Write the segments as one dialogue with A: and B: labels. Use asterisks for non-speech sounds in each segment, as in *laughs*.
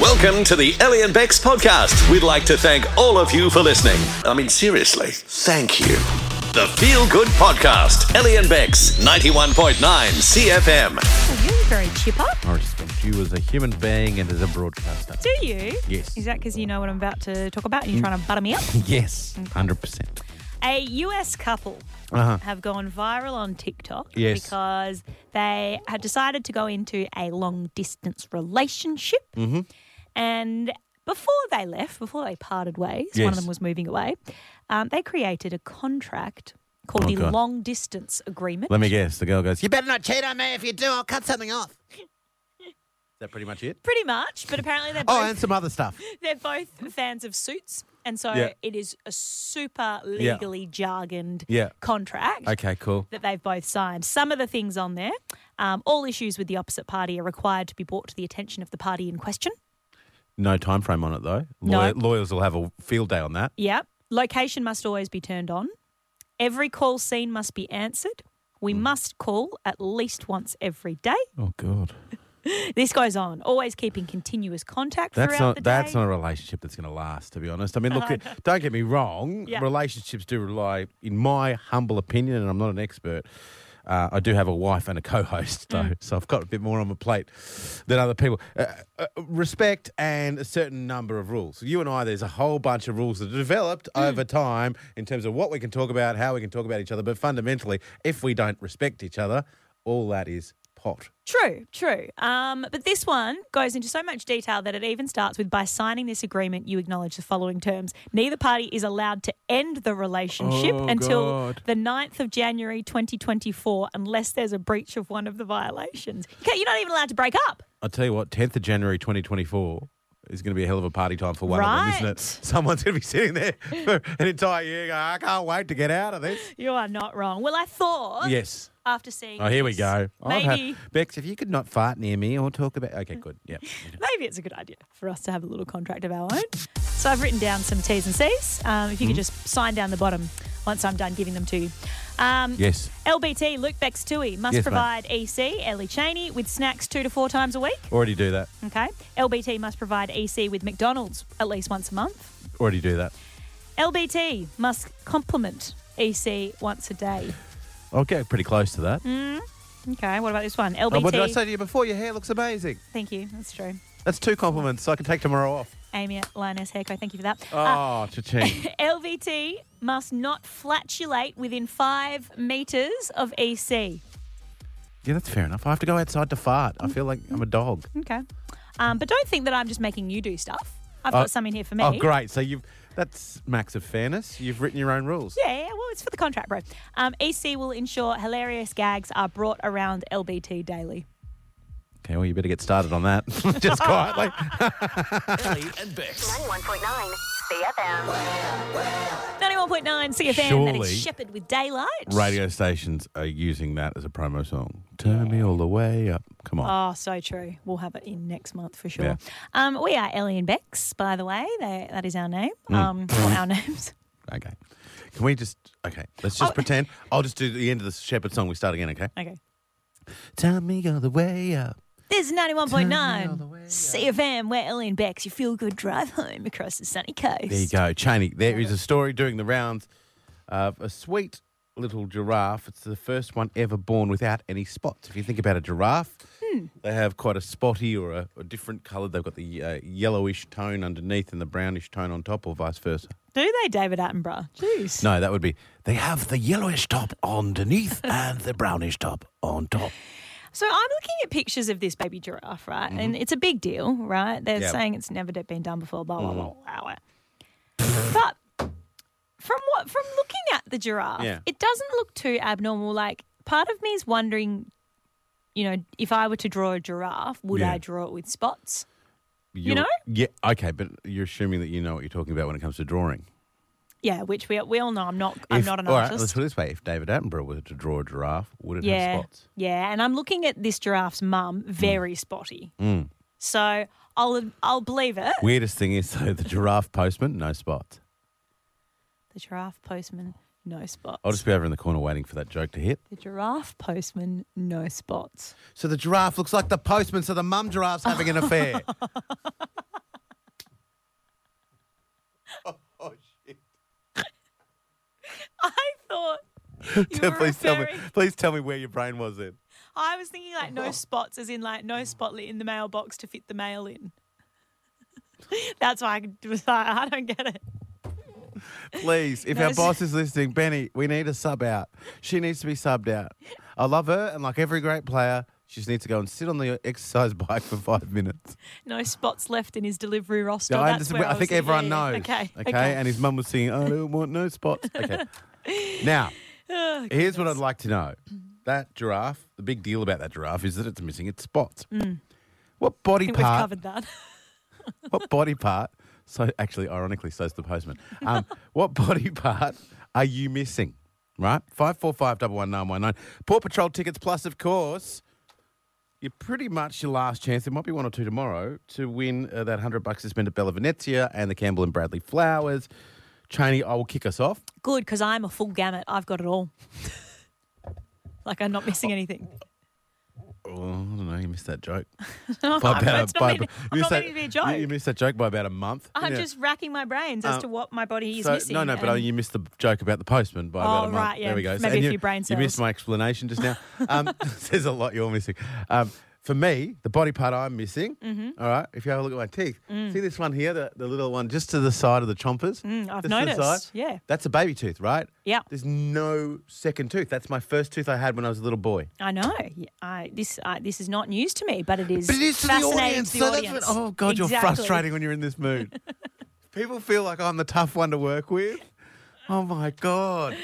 A: Welcome to the Ellie and Bex podcast. We'd like to thank all of you for listening. I mean, seriously, thank you. The Feel Good Podcast, Ellie and Bex, 91.9 CFM.
B: Oh, you're very chipper.
C: I respect you as a human being and as a broadcaster.
B: Do you?
C: Yes.
B: Is that because you know what I'm about to talk about and you're trying to butter me
C: *laughs*
B: up?
C: Yes,
B: Mm.
C: hundred percent.
B: A US couple
C: Uh huh.
B: have gone viral on TikTok
C: Yes.
B: because they had decided to go into a long distance relationship.
C: Mm-hmm.
B: And before they left, before they parted ways, one
C: Yes.
B: of them was moving away, um, they created a contract called
C: Oh,
B: the
C: God.
B: Long Distance Agreement.
C: Let me guess. The girl goes, "You better not cheat on me. If you do, I'll cut something off." Is that pretty much it?
B: Pretty much, but apparently they're both
C: Oh, and some
B: *laughs*
C: other stuff.
B: They're both fans of suits, and so
C: Yeah.
B: it is a super legally jargoned
C: Yeah.
B: contract
C: Okay, cool.
B: that they've both signed. Some of the things on there, um, all issues with the opposite party are required to be brought to the attention of the party in question.
C: No time frame on it though.
B: No.
C: Lawyer- lawyers will have a field day on that.
B: Yep. Location must always be turned on. Every call scene must be answered. We
C: Hmm.
B: must call at least once every day.
C: Oh God,
B: This goes on, always keeping continuous contact
C: that's
B: throughout the
C: not
B: day. Oh,
C: that's not a relationship that's going to last. To be honest, I mean, look, don't get me wrong.
B: Yeah.
C: Relationships do rely, in my humble opinion, and I'm not an expert. Uh, I do have a wife and a co-host, though,
B: Mm.
C: so I've got a bit more on my plate than other people. Uh, uh, respect and a certain number of rules. You and I, there's a whole bunch of rules that are developed
B: Mm.
C: over time in terms of what we can talk about, how we can talk about each other. But fundamentally, if we don't respect each other, all that is pot.
B: True, true. Um, but this one goes into so much detail that it even starts with by signing this agreement, you acknowledge the following terms. Neither party is allowed to end the relationship
C: Oh,
B: until
C: God.
B: the 9th of January 2024, unless there's a breach of one of the violations. You can't, you're not even allowed to break up.
C: I'll tell you what, 10th of January 2024 is going to be a hell of a party time for one of them, isn't
B: Right.
C: it? Someone's going to be sitting there for an entire year going, I can't wait to get out of this.
B: You are not wrong. Well, I thought
C: Yes.
B: after seeing
C: Oh, here we
B: this,
C: go. I've had-
B: Uh, Maybe,
C: Bex, if you could not fart near me or talk about. Okay, good. Yeah.
B: maybe it's a good idea for us to have a little contract of our own. So I've written down some T's and C's. Um,
C: Hmm?
B: if you could just sign down the bottom once I'm done giving them to you. Um,
C: yes.
B: LBT Luke Bextui must
C: Yes, ma'am.
B: provide EC Ellie Cheney with snacks two to four times a week.
C: Already do that.
B: Okay. LBT must provide EC with McDonald's at least once a month.
C: Already do that.
B: LBT must compliment EC once a day.
C: I'll get pretty close to that.
B: Mm, Okay. What about this one?
C: Oh, what did I
B: LBT.
C: say to you before? Your hair looks amazing.
B: thank you. That's true.
C: That's two compliments, so I can take tomorrow off.
B: Amy at Lioness Hairco. Thank you for that.
C: Oh,
B: Uh,
C: cha-ching.
B: LBT must not flatulate within five meters of E EC.
C: yeah, that's fair enough. I have to go outside to fart.
B: Mm.
C: I feel like I'm a dog.
B: Okay. Um, but don't think that I'm just making you do stuff. I've
C: Oh,
B: got some in here for me.
C: Oh, great. So you've that's max of fairness. You've written your own rules.
B: Yeah, yeah, well, it's for the contract, bro. Um, EC will ensure hilarious gags are brought around LBT daily.
C: Okay, well, you better get started on *laughs* that. Just *laughs* quietly.
A: Ellie and Bex.
D: 91.9 CFM.
B: 91.9 CFM, that
C: Surely-
B: is Shepherd with Daylight.
C: Radio stations are using that as a promo song. Turn me all the way up. Come on.
B: Oh, so true. We'll have it in next month for sure.
C: Yeah.
B: Um, we are Ellie and Bex, by the way. They, that is our name.
C: Mm.
B: Um, or our names. *laughs*
C: Okay. Can we just, okay, let's just
B: Oh.
C: pretend. I'll just do the end of the Shepherd song. We start again, okay?
B: Okay.
C: Turn me all the way up.
B: This is 91.9
C: way up.
B: CFM. We're Ellie and Bex. You feel good drive home across the sunny coast.
C: There you go. Cheney, there is a story doing the rounds of a sweet little giraffe. It's the first one ever born without any spots. If you think about a giraffe,
B: Hmm.
C: they have quite a spotty or a, a different colour. They've got the uh, yellowish tone underneath and the brownish tone on top, or vice versa.
B: Do they, David Attenborough? Jeez.
C: No, that would be they have the yellowish top underneath and the brownish top on top.
B: So I'm looking at pictures of this baby giraffe, right? And it's a big deal, right? They're
C: Mm-hmm. Yeah. Mm-hmm.
B: saying it's never been done before, blah, blah, blah, blah. blah. but from what from looking at the giraffe,
C: Yeah.
B: it doesn't look too abnormal. Like part of me is wondering, you know, if I were to draw a giraffe, would
C: Yeah.
B: I draw it with spots?
C: You're-
B: know?
C: Yeah. Okay, but you're assuming that you know what you're talking about when it comes to drawing.
B: Yeah, which we, we all know I'm not I'm
C: If-
B: not an
C: all right,
B: artist.
C: let's put it this way: if David Attenborough were to draw a giraffe, would it
B: yeah.
C: have spots? Mm.
B: Yeah, and I'm looking at this giraffe's mum, very spotty. So I'll I'll believe it.
C: Weirdest thing is *laughs* though the giraffe postman, no spots.
B: The giraffe postman, no spots.
C: I'll just be over in the corner waiting for that joke to hit.
B: The giraffe postman, no spots. *laughs*
C: *laughs* So the giraffe looks like the postman, so the mum giraffe's having an affair. Oh,
B: were
C: *laughs* please tell me.
B: referring-
C: Please tell me where your brain was then.
B: I was thinking like no spots, as in like no spotlight in the mailbox to fit the mail in. *laughs* That's why I could- was like, *laughs* I don't get it.
C: Please, if
B: No,
C: our
B: it's-
C: boss is listening, Benny, we need a sub out. She needs to be subbed out. I love her, and like every great player, she just needs to go and sit on the exercise *laughs* bike for five minutes.
B: No spots left in his delivery roster.
C: Yeah, I,
B: That's
C: understand.
B: where
C: I think
B: was-
C: everyone
B: yeah, yeah.
C: knows.
B: Okay.
C: okay. And his mum was singing, I don't want
B: *laughs*
C: no spots. Okay. now,
B: Oh,
C: here's what I'd like to know. That giraffe, the big deal about that giraffe is that it's missing its spots. What
B: Mm. I
C: body
B: think we've
C: part?
B: covered that.
C: What body part? So, actually, ironically, so's the postman.
B: *laughs*
C: Um, what body part are you missing? Right? 545 11919. Paw Patrol tickets, plus, of course, you're pretty much your last chance. There might be one or two tomorrow to win uh, that 100 bucks to spend at Bella Venezia and the Campbell and Bradley Flowers. Cheney, I will kick us off.
B: Good, because I'm a full gamut. I've got it all. *laughs* like I'm not missing anything. *laughs*
C: Oh, I don't know. You missed that joke.
B: No, *laughs*
C: By
B: I'm
C: about a-
B: it's not
C: by-
B: meant-
C: you
B: I'm not
C: missed that-
B: meant to be a joke.
C: You, you missed that joke by about a month.
B: I'm
C: Yeah.
B: just racking my brains as
C: Um,
B: to what my body is
C: So-
B: missing.
C: No, no, but
B: and-
C: I- you missed the joke about the postman by about
B: Oh,
C: a month.
B: right, yeah.
C: There we go. So-
B: Maybe
C: and
B: a
C: you,
B: few brain
C: You missed
B: cells.
C: my explanation just now. Um, *laughs* there's a lot you're missing. Um, for me, the body part I'm missing,
B: Mm-hmm.
C: all right, if you have a look at my teeth, see this one here, the, the little one just to the side of the chompers?
B: Mm. I've
C: Just to the
B: noticed,
C: side?
B: yeah.
C: That's a baby tooth, right?
B: Yeah.
C: There's no second tooth. That's my first tooth I had when I was a little boy.
B: I know. Yeah, I, this I, this is not news to me, but it is
C: But it is to the
B: fascinating
C: audience.
B: to the
C: so that's
B: audience.
C: what- oh god, you're
B: Exactly.
C: frustrating when you're in
B: *laughs*
C: this mood. People feel like I'm the tough one to work with. Oh my god.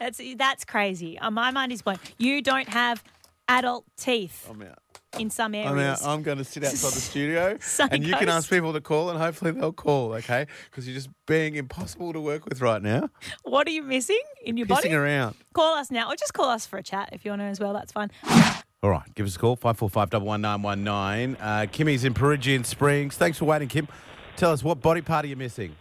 B: That's that's crazy. Uh, my mind is blown. You don't have adult teeth
C: I'm out.
B: in some
C: I'm out.
B: areas.
C: I'm going to sit outside the studio, and you
B: Psychos.
C: can ask people to call, and hopefully they'll call. Okay, because you're just being impossible to work with right now,
B: what are you missing in your body?
C: pissing around.
B: Call us now, or just call us for a chat if you want to as well. That's fine.
C: All right, give us a call five four five double one nine one nine. Kimmy's in Perugian Springs. Thanks for waiting, Kim. Tell us what body part are you missing?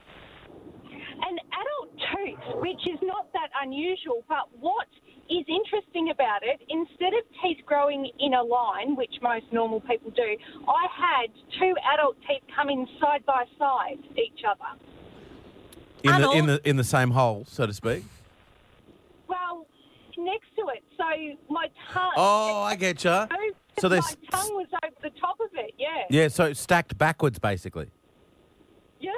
E: an adult tooth, which is not that unusual, but what is interesting about it, instead of teeth growing in a line, which most normal people do, I had two adult teeth come in side by side each other.
C: In the, in
B: Adult.
C: the in the same hole, so to speak.
E: Well, next to it, so my tongue.
C: Oh, I get
E: *laughs*
C: you. So
E: my
C: there's
E: tongue was over the top of it, yeah.
C: yeah, so stacked backwards basically.
E: Yeah.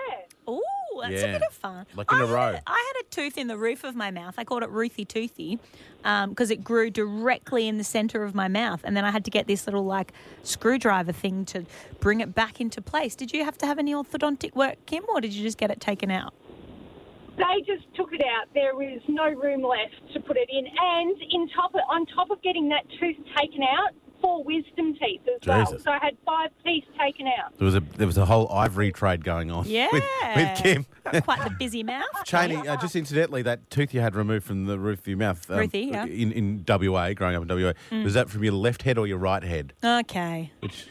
B: Ooh, that's
C: Yeah.
B: a bit of fun.
C: Like in
B: I
C: a
B: had
C: row.
B: I had a tooth in the roof of my mouth. I called it Ruthie Toothy because it grew directly in the center of my mouth. And then I had to get this little like screwdriver thing to bring it back into place. Did you have to have any orthodontic work, Kim, or did you just get it taken out?
E: They just took it out. There is no room left to put it in. And in top of, on top of getting that tooth taken out, four wisdom teeth as well.
C: Jesus.
E: So I had five teeth taken out.
C: There was a there was a whole ivory trade going on. *laughs*
B: Yeah.
C: with, with Kim. *laughs*
B: Got quite the busy mouth.
C: Cheney, uh, just incidentally, that tooth you had removed from the roof of your mouth um,
B: Ruthie, yeah. Mm.
C: in, in WA, growing up in WA, was that from your left head or your right head?
B: Okay.
C: Which,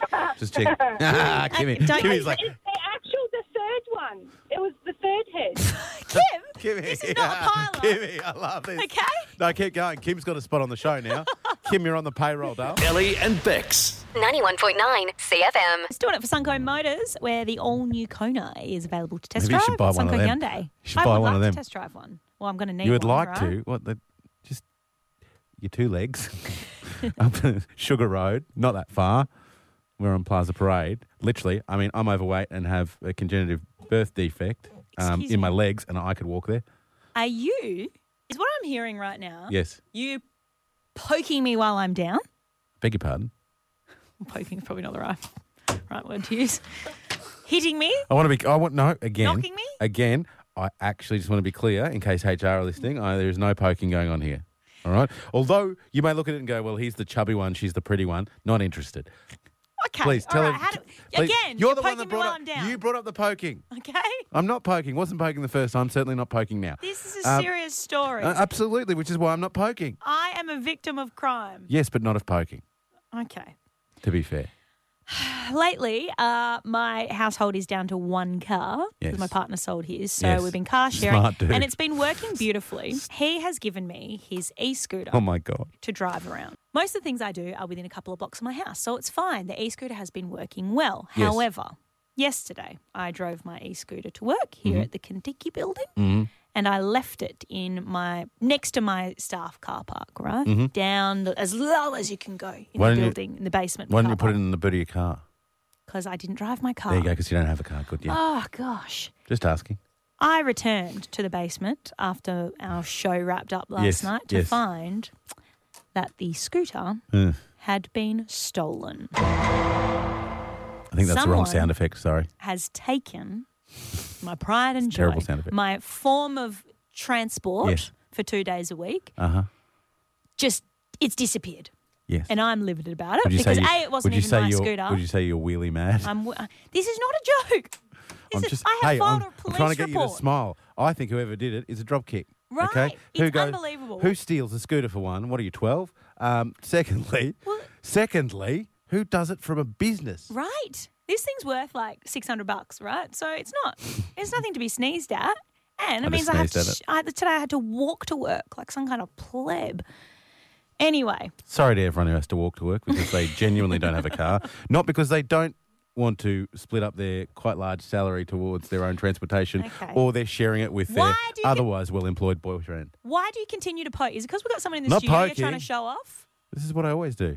B: *laughs*
C: just check. *laughs* Kimmy.
B: Uh, don't-
C: Kimmy's like,
E: It's the actual, the third one. It was the third head.
B: *laughs* Kim,
C: Kimmy.
B: this
C: *laughs*
B: is not a pile-up.
C: Kimmy, I love this.
B: Okay.
C: No, keep going. Kim's got a spot on the show
B: *laughs*
C: now. Kim, you're on the payroll, Dale.
A: Ellie and Bex.
D: 91.9 CFM.
B: It's doing it for Sunco Motors, where the all-new Kona is available to test
C: Maybe you
B: drive.
C: should buy
B: at
C: one of
B: Sunco
C: them.
B: Hyundai.
C: You should
B: I
C: buy
B: would
C: one
B: like
C: of them.
B: To test drive one. Well, I'm going to need.
C: You would
B: one,
C: like
B: right?
C: to. What? The, just your two legs *laughs* up to Sugar Road, not that far. We're on Plaza Parade. Literally, I mean, I'm overweight and have a congenitive birth defect um,
B: Excuse
C: in my
B: me.
C: legs, and I could walk there.
B: Are you? Is what I'm hearing right now.
C: Yes.
B: You poking me while I'm down.
C: Beg your pardon.
B: Poking is probably not the right right word to use. Hitting me.
C: I want to be. I want no again.
B: Knocking me?
C: again. I actually just want to be clear in case HR are listening. I, there is no poking going on here. All right. Although you may look at it and go, "Well, he's the chubby one. She's the pretty one." Not interested.
B: Okay.
C: Please
B: all
C: tell
B: right,
C: him.
B: how do-
C: please.
B: again,
C: you're
B: you're
C: the
B: poking
C: one that
B: me
C: brought
B: while
C: up.
B: I'm down.
C: You brought up the poking.
B: okay.
C: I'm not poking. Wasn't poking the first time. Certainly not poking now.
B: This is a
C: Uh,
B: serious story.
C: uh, absolutely, which is why I'm not poking.
B: I am a victim of crime.
C: Yes, but not of poking.
B: Okay.
C: To be fair,
B: Lately, uh, my household is down to one car because
C: Yes.
B: my partner sold his. So
C: Yes.
B: we've been car sharing.
C: Smart dude.
B: And it's been working beautifully. He has given me his e scooter
C: oh my god,
B: to drive around. Most of the things I do are within a couple of blocks of my house. So it's fine. The e scooter has been working well.
C: Yes. Mm-hmm.
B: However, yesterday I drove my e scooter to work here at the Kentucky building and I left it in my next to my staff car park, right down the, as low as you can go in
C: Mm-hmm. Why
B: the
C: don't you-
B: building in the basement.
C: Why don't you put it in the boot of your car?
B: Because I didn't drive my car.
C: There you go, because you don't have a car. Good, yeah.
B: Oh gosh.
C: Just asking.
B: I returned to the basement after our show wrapped up last
C: Yes,
B: night to
C: yes. Mm.
B: find that the scooter had been stolen.
C: I think that's the wrong
B: Someone-
C: sound effect. Sorry.
B: Has taken my pride and joy,
C: terrible sound effect.
B: my form of transport
C: Yes.
B: for two days a week.
C: Uh huh.
B: Just it's disappeared,
C: Yes.
B: and I'm livid about it because a it wasn't
C: would you
B: even
C: say
B: my
C: you're-
B: scooter.
C: Would you say you're wheelie mad?
B: I'm, w- uh, this is not a joke. This
C: I'm
B: is, I have
C: hey,
B: filed
C: I'm,
B: a police
C: I'm trying to get
B: report.
C: you to smile. I think whoever did it is a drop kick.
B: Right.
C: Okay.
B: It's unbelievable.
C: Who steals a scooter for one? What are you, 12? Um, secondly,
B: Well-
C: secondly, who does it from a business?
B: Right. This thing's worth like 600 bucks, right? So it's not, it's nothing to be sneezed at. And it
C: I just
B: means I have to,
C: sneezed at
B: sh- I, today I had to walk to work like some kind of pleb. Anyway,
C: Sorry to everyone who has to walk to work because they genuinely don't have
B: *laughs*
C: a car. Not because they don't want to split up their quite large salary towards their own transportation
B: Okay.
C: or they're sharing it with
B: Why
C: their
B: do you-
C: otherwise well employed boyfriend.
B: why do you continue to poke? Is it because we've got someone in the
C: Not
B: studio
C: poking.
B: trying to show off?
C: This is what I always do.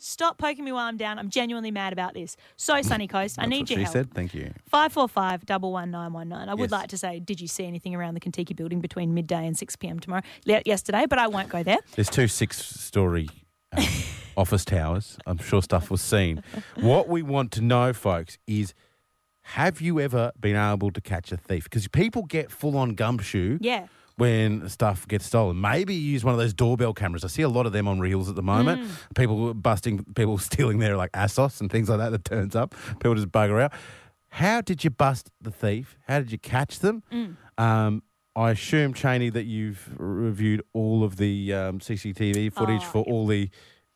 B: Stop poking me while I'm down. I'm genuinely mad about this. So, Sunny Coast, I
C: That's
B: need
C: what
B: your
C: she
B: help.
C: said. Thank you.
B: 545 11919. I would
C: Yes.
B: like to say, did you see anything around the Kentucky building between midday and 6 p.m. tomorrow? Le- yesterday, but I won't go there.
C: There's two six story um, office towers. I'm sure stuff was seen. What we want to know, folks, is have you ever been able to catch a thief? Because people get full on gumshoe
B: Yeah.
C: when stuff gets stolen. Maybe you use one of those doorbell cameras. I see a lot of them on reels at the moment.
B: Mm.
C: People busting, people *laughs* stealing their like ASOS and things like that that turns up. People just bugger out. How did you bust the thief? How did you catch them?
B: Mm.
C: Um, I assume, Cheney, that you've reviewed all of the um, CCTV footage for all the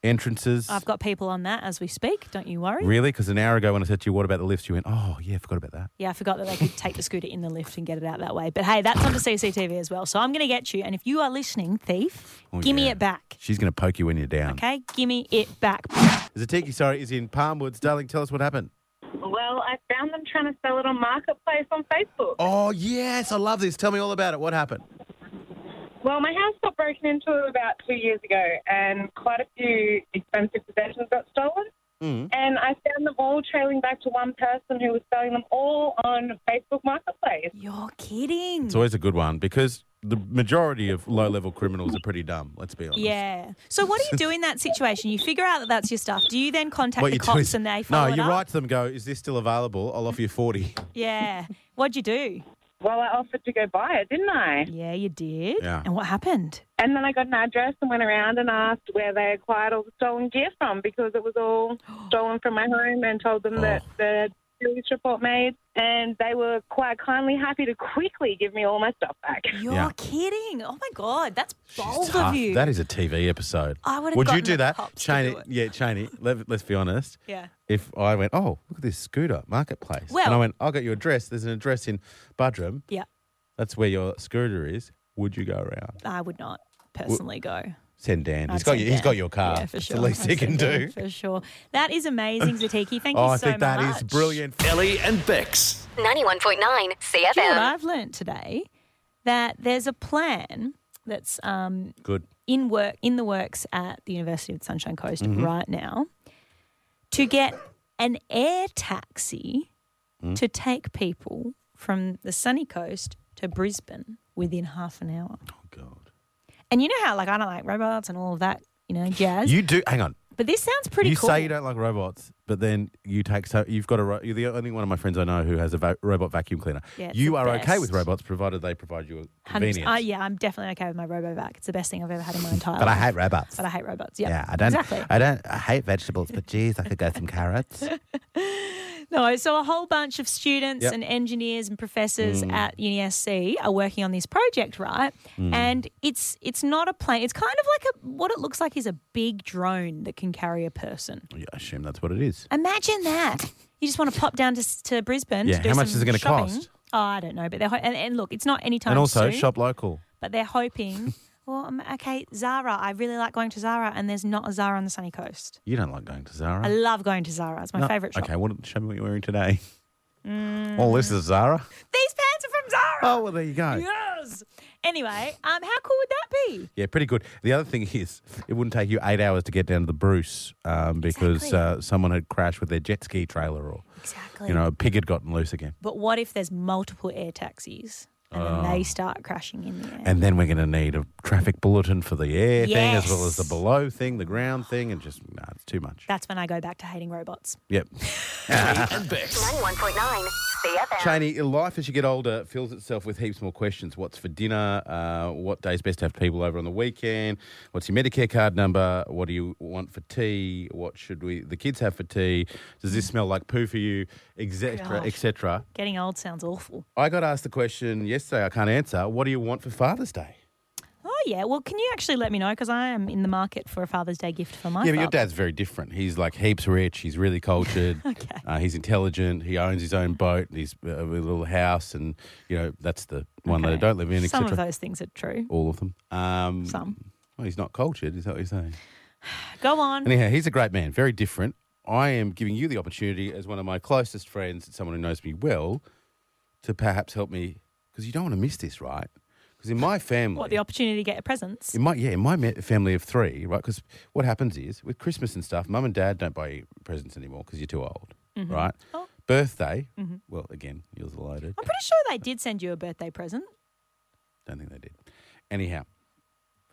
C: entrances.
B: Oh, I've got people on that as we speak. Don't you worry.
C: Really? Because an hour ago when I said to you, what about the lifts? You went, oh, yeah, forgot about that.
B: Yeah, I forgot that they could take the scooter in the lift and get it out that way. But hey, that's on the CCTV as well. So I'm going to get you. And if you are listening, thief,
C: Oh,
B: give me
C: yeah.
B: it back.
C: She's going to poke you when you're down.
B: Okay, give me it back.
C: Zatiki, sorry, is in Palmwoods. Darling, tell us what happened.
E: *laughs* Well, I found them trying to sell it on Marketplace on Facebook.
C: Oh, yes, I love this. Tell me all about it. What happened?
E: Well, my house got broken into about two years ago, and quite a few expensive possessions got stolen. And I found them all trailing back to one person who was selling them all on Facebook Marketplace.
B: You're kidding.
C: It's always a good one because the majority of low level criminals are pretty dumb, let's be honest.
B: Yeah. So what do you do in that situation? You figure out that that's your stuff. Do you then contact
C: What
B: the
C: you do
B: cops
C: is-
B: and they
C: No,
B: follow it
C: you
B: up?
C: write to them, go, is this still available? I'll offer you 40.
B: Yeah. What'd you do?
E: Well, I offered to go buy it, didn't I?
B: Yeah, you did.
C: Yeah.
B: And what happened?
E: And then I got an address and went around and asked where they acquired all the stolen gear from because it was all stolen from my home and told them that
C: Oh.
E: the police report made. And they were quite kindly happy to quickly give me all my stuff back. *laughs*
B: You're
C: Yeah.
B: kidding. Oh my God. That's
C: She's
B: bold
C: tough.
B: of you.
C: That is a TV episode.
B: I would've
C: Would you
B: gotten
C: do
B: the
C: that?
B: cops to
C: Cheney,
B: do it.
C: yeah, Cheney, let, let's be honest.
B: Yeah.
C: If I went, oh, look at this scooter marketplace. and
B: Well-
C: I went, I got your address. There's an address in Budrum.
B: Yeah.
C: That's where your scooter is. Would you go around?
B: I would not personally go.
C: Send Dan.
B: I'd
C: He's got
B: say
C: your, he's
B: Dan.
C: got your car.
B: Yeah, for
C: It's
B: sure.
C: the least he
B: I'd say
C: can
B: Dan,
C: do.
B: For sure. That is
C: *laughs*
B: amazing, Zatiki. Thank you
C: Oh, I
B: so
C: think that is
B: much.
C: brilliant.
A: Ellie and Bex.
D: 91.9
B: Do you know what
D: CFM.
B: I've learned today? That there's a plan that's um,
C: Good.
B: in work in the works at the University of the Sunshine Coast
C: Mm-hmm.
B: right now to get an air taxi
C: Mm.
B: to take people from the sunny coast to Brisbane within half an hour.
C: Oh God.
B: And you know how like I don't like robots and all of that, you know, jazz.
C: You do. Hang on.
B: but this sounds pretty
C: you
B: cool.
C: say you don't like robots, but then you take so you've got a. ro- You're the only one of my friends I know who has a va- robot vacuum cleaner.
B: Yeah, it's
C: you
B: the
C: are okay with
B: best.
C: robots provided they provide you a
B: 100%.
C: convenience.
B: Uh, yeah, I'm definitely okay with my RoboVac. It's the best thing I've ever had
C: *laughs*
B: in my entire
C: But I
B: life.
C: hate robots.
B: But I hate robots. Yeah,
C: yeah, I don't.
B: Exactly.
C: I don't. I hate vegetables, but geez, I could go
B: *laughs*
C: some carrots.
B: No, so a whole bunch of students
C: Yep. Mm.
B: and engineers and professors at UniSC are working on this project, right? And it's it's not a plane. It's kind of like a what it looks like is a big drone that can carry a person.
C: Yeah, I assume that's what it is.
B: Imagine that. You just want to pop down to, s- to Brisbane.
C: Yeah,
B: to do
C: how much
B: some
C: is it gonna
B: shopping.
C: cost?
B: Oh, I don't know, but they're ho- and, and look, it's not anytime
C: and also,
B: soon.
C: shop local.
B: But they're
C: *laughs*
B: hoping. well, um, okay, Zara. I really like going to Zara, and there's not a Zara on the sunny coast.
C: You don't like going to Zara.
B: I love going to Zara. It's my favorite shop. Mm.
C: Okay, what, show me what you're wearing today. Oh, this is Zara.
B: *laughs* These pants are from Zara.
C: Oh, well, there you go.
B: Yes. Anyway, um, how cool would that be?
C: Yeah, pretty good. The other thing is, it wouldn't take you eight hours to get down to the Bruce um, because
B: Exactly.
C: uh, someone had crashed with their jet ski trailer or,
B: Exactly.
C: you know, a pig had gotten loose again.
B: But what if there's multiple air taxis and then they start crashing in the air?
C: Oh. And then we're going to need a traffic bulletin for the air thing as well as the
B: Yes.
C: below thing, the ground thing, and just, nah, it's too much.
B: That's when I go back to hating robots.
C: Yep.
A: and Bex.
D: 91.9 CFM.
C: Cheney, life as you get older fills itself with heaps more questions. What's for dinner? Uh, what day's best to have people over on the weekend? What's your Medicare card number? What do you want for tea? What should we the kids have for tea? Does this smell like poo for you? Etc.
B: Mm. Oh Gosh.
C: Etc.
B: Getting old sounds awful.
C: I got asked the question yesterday. I can't answer. What do you want for Father's Day?
B: Oh, yeah. Well, can you actually let me know? Because I am in the market for a Father's Day gift for my
C: Yeah, but your
B: father.
C: dad's very different. He's like heaps rich. He's really cultured.
B: *laughs* Okay.
C: Uh, he's intelligent. He owns his own boat. and He's uh, with a little house, and you know that's the one that I
B: Okay.
C: don't live in.
B: Some of
C: etc.
B: those things are true.
C: All of them. Um,
B: Some.
C: Well, he's not cultured, is that what you're saying?
B: Go on.
C: Anyhow, he's a great man, very different. I am giving you the opportunity, as one of my closest friends, someone who knows me well, to perhaps help me, because you don't want to miss this, right? Because in my family,
B: What, the opportunity to get presents?
C: in my yeah, in my ma- family of three, right? Because what happens is with Christmas and stuff, mum and dad don't buy you presents anymore because you're too old, right?
B: Oh. Mm-hmm.
C: Birthday, well, again, yours are loaded.
B: I'm pretty sure they did send you a birthday present.
C: Don't think they did. Anyhow,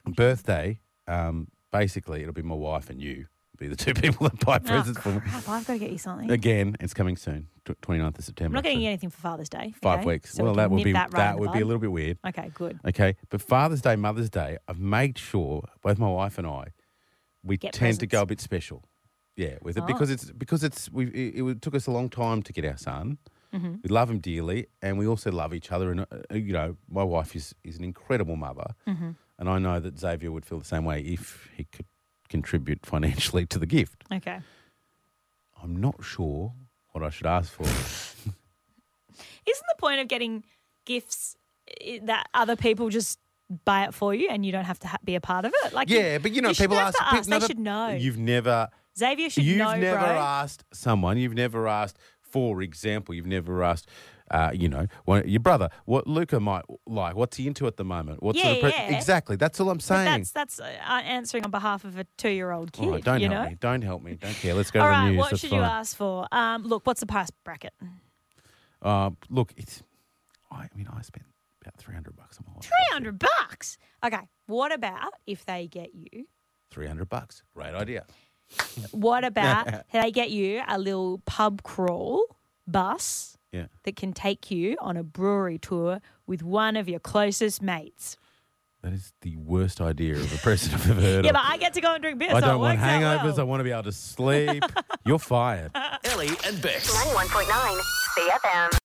C: birthday, um, basically, it'll be my wife and you be the two *laughs* people that buy
B: Oh,
C: *laughs* presents for me.
B: crap. I've got to get you something.
C: Again, it's coming soon, tw- 29th of September.
B: I'm not getting
C: so
B: you anything for Father's Day.
C: Five
B: okay?
C: weeks.
B: So we
C: well,
B: can
C: that would
B: nip
C: be
B: that,
C: that,
B: right in the
C: would be a
B: bud.
C: little bit weird.
B: Okay, good.
C: Okay, but Father's Day, Mother's Day, I've made sure both my wife and I we
B: Get
C: tend to
B: presents.
C: go a bit special. Yeah, with it
B: Oh.
C: because it's because it's we it, it took us a long time to get our son.
B: Mm-hmm.
C: We love him dearly, and we also love each other. And uh, you know, my wife is is an incredible mother,
B: Mm-hmm.
C: and I know that Xavier would feel the same way if he could contribute *laughs* financially to the gift.
B: Okay.
C: I'm not sure what I should ask
B: *laughs*
C: for.
B: Isn't the point of getting gifts i- that other people just buy it for you and you don't have to ha- be a part of it? Like,
C: yeah, but you know,
B: shouldn't
C: people
B: have
C: ask.
B: to
C: pe-
B: ask.
C: no,
B: they
C: but
B: should know.
C: You've never
B: *laughs* Xavier should
C: you've
B: know,
C: never
B: bro.
C: asked someone. You've never asked, for example, you've never asked, uh, you know, one, your brother what Luca might like. What's he into at the moment? What sort of
B: Yeah, yeah.
C: Exactly. That's all I'm
B: But
C: saying.
B: that's that's uh, answering on behalf of a two-year-old kid.
C: All right, Oh, don't
B: you
C: help
B: know.
C: me. Don't help me. Don't
B: *laughs*
C: care. Let's go
B: All
C: to the
B: right,
C: news.
B: what
C: That's
B: should you
C: fine.
B: ask for? Um, look, what's the price bracket?
C: Uh, look, it's. I mean, I spent about three hundred bucks on my wife.
B: Three hundred bucks. Okay. What about if they get you?
C: Three hundred bucks. Great idea.
B: What
C: *laughs*
B: about they get you a little pub crawl bus
C: Yeah.
B: that can take you on a brewery tour with one of your closest mates?
C: That is the worst idea of a *laughs* present I've ever
B: *laughs*
C: heard
B: Yeah,
C: of.
B: but I get to go and drink beer.
C: I
B: so
C: don't
B: it
C: want
B: works out
C: hangovers.
B: well.
C: I want to
B: *laughs*
C: be able to sleep. You're fired.
A: Ellie and Bex.
D: 91.9 CFM.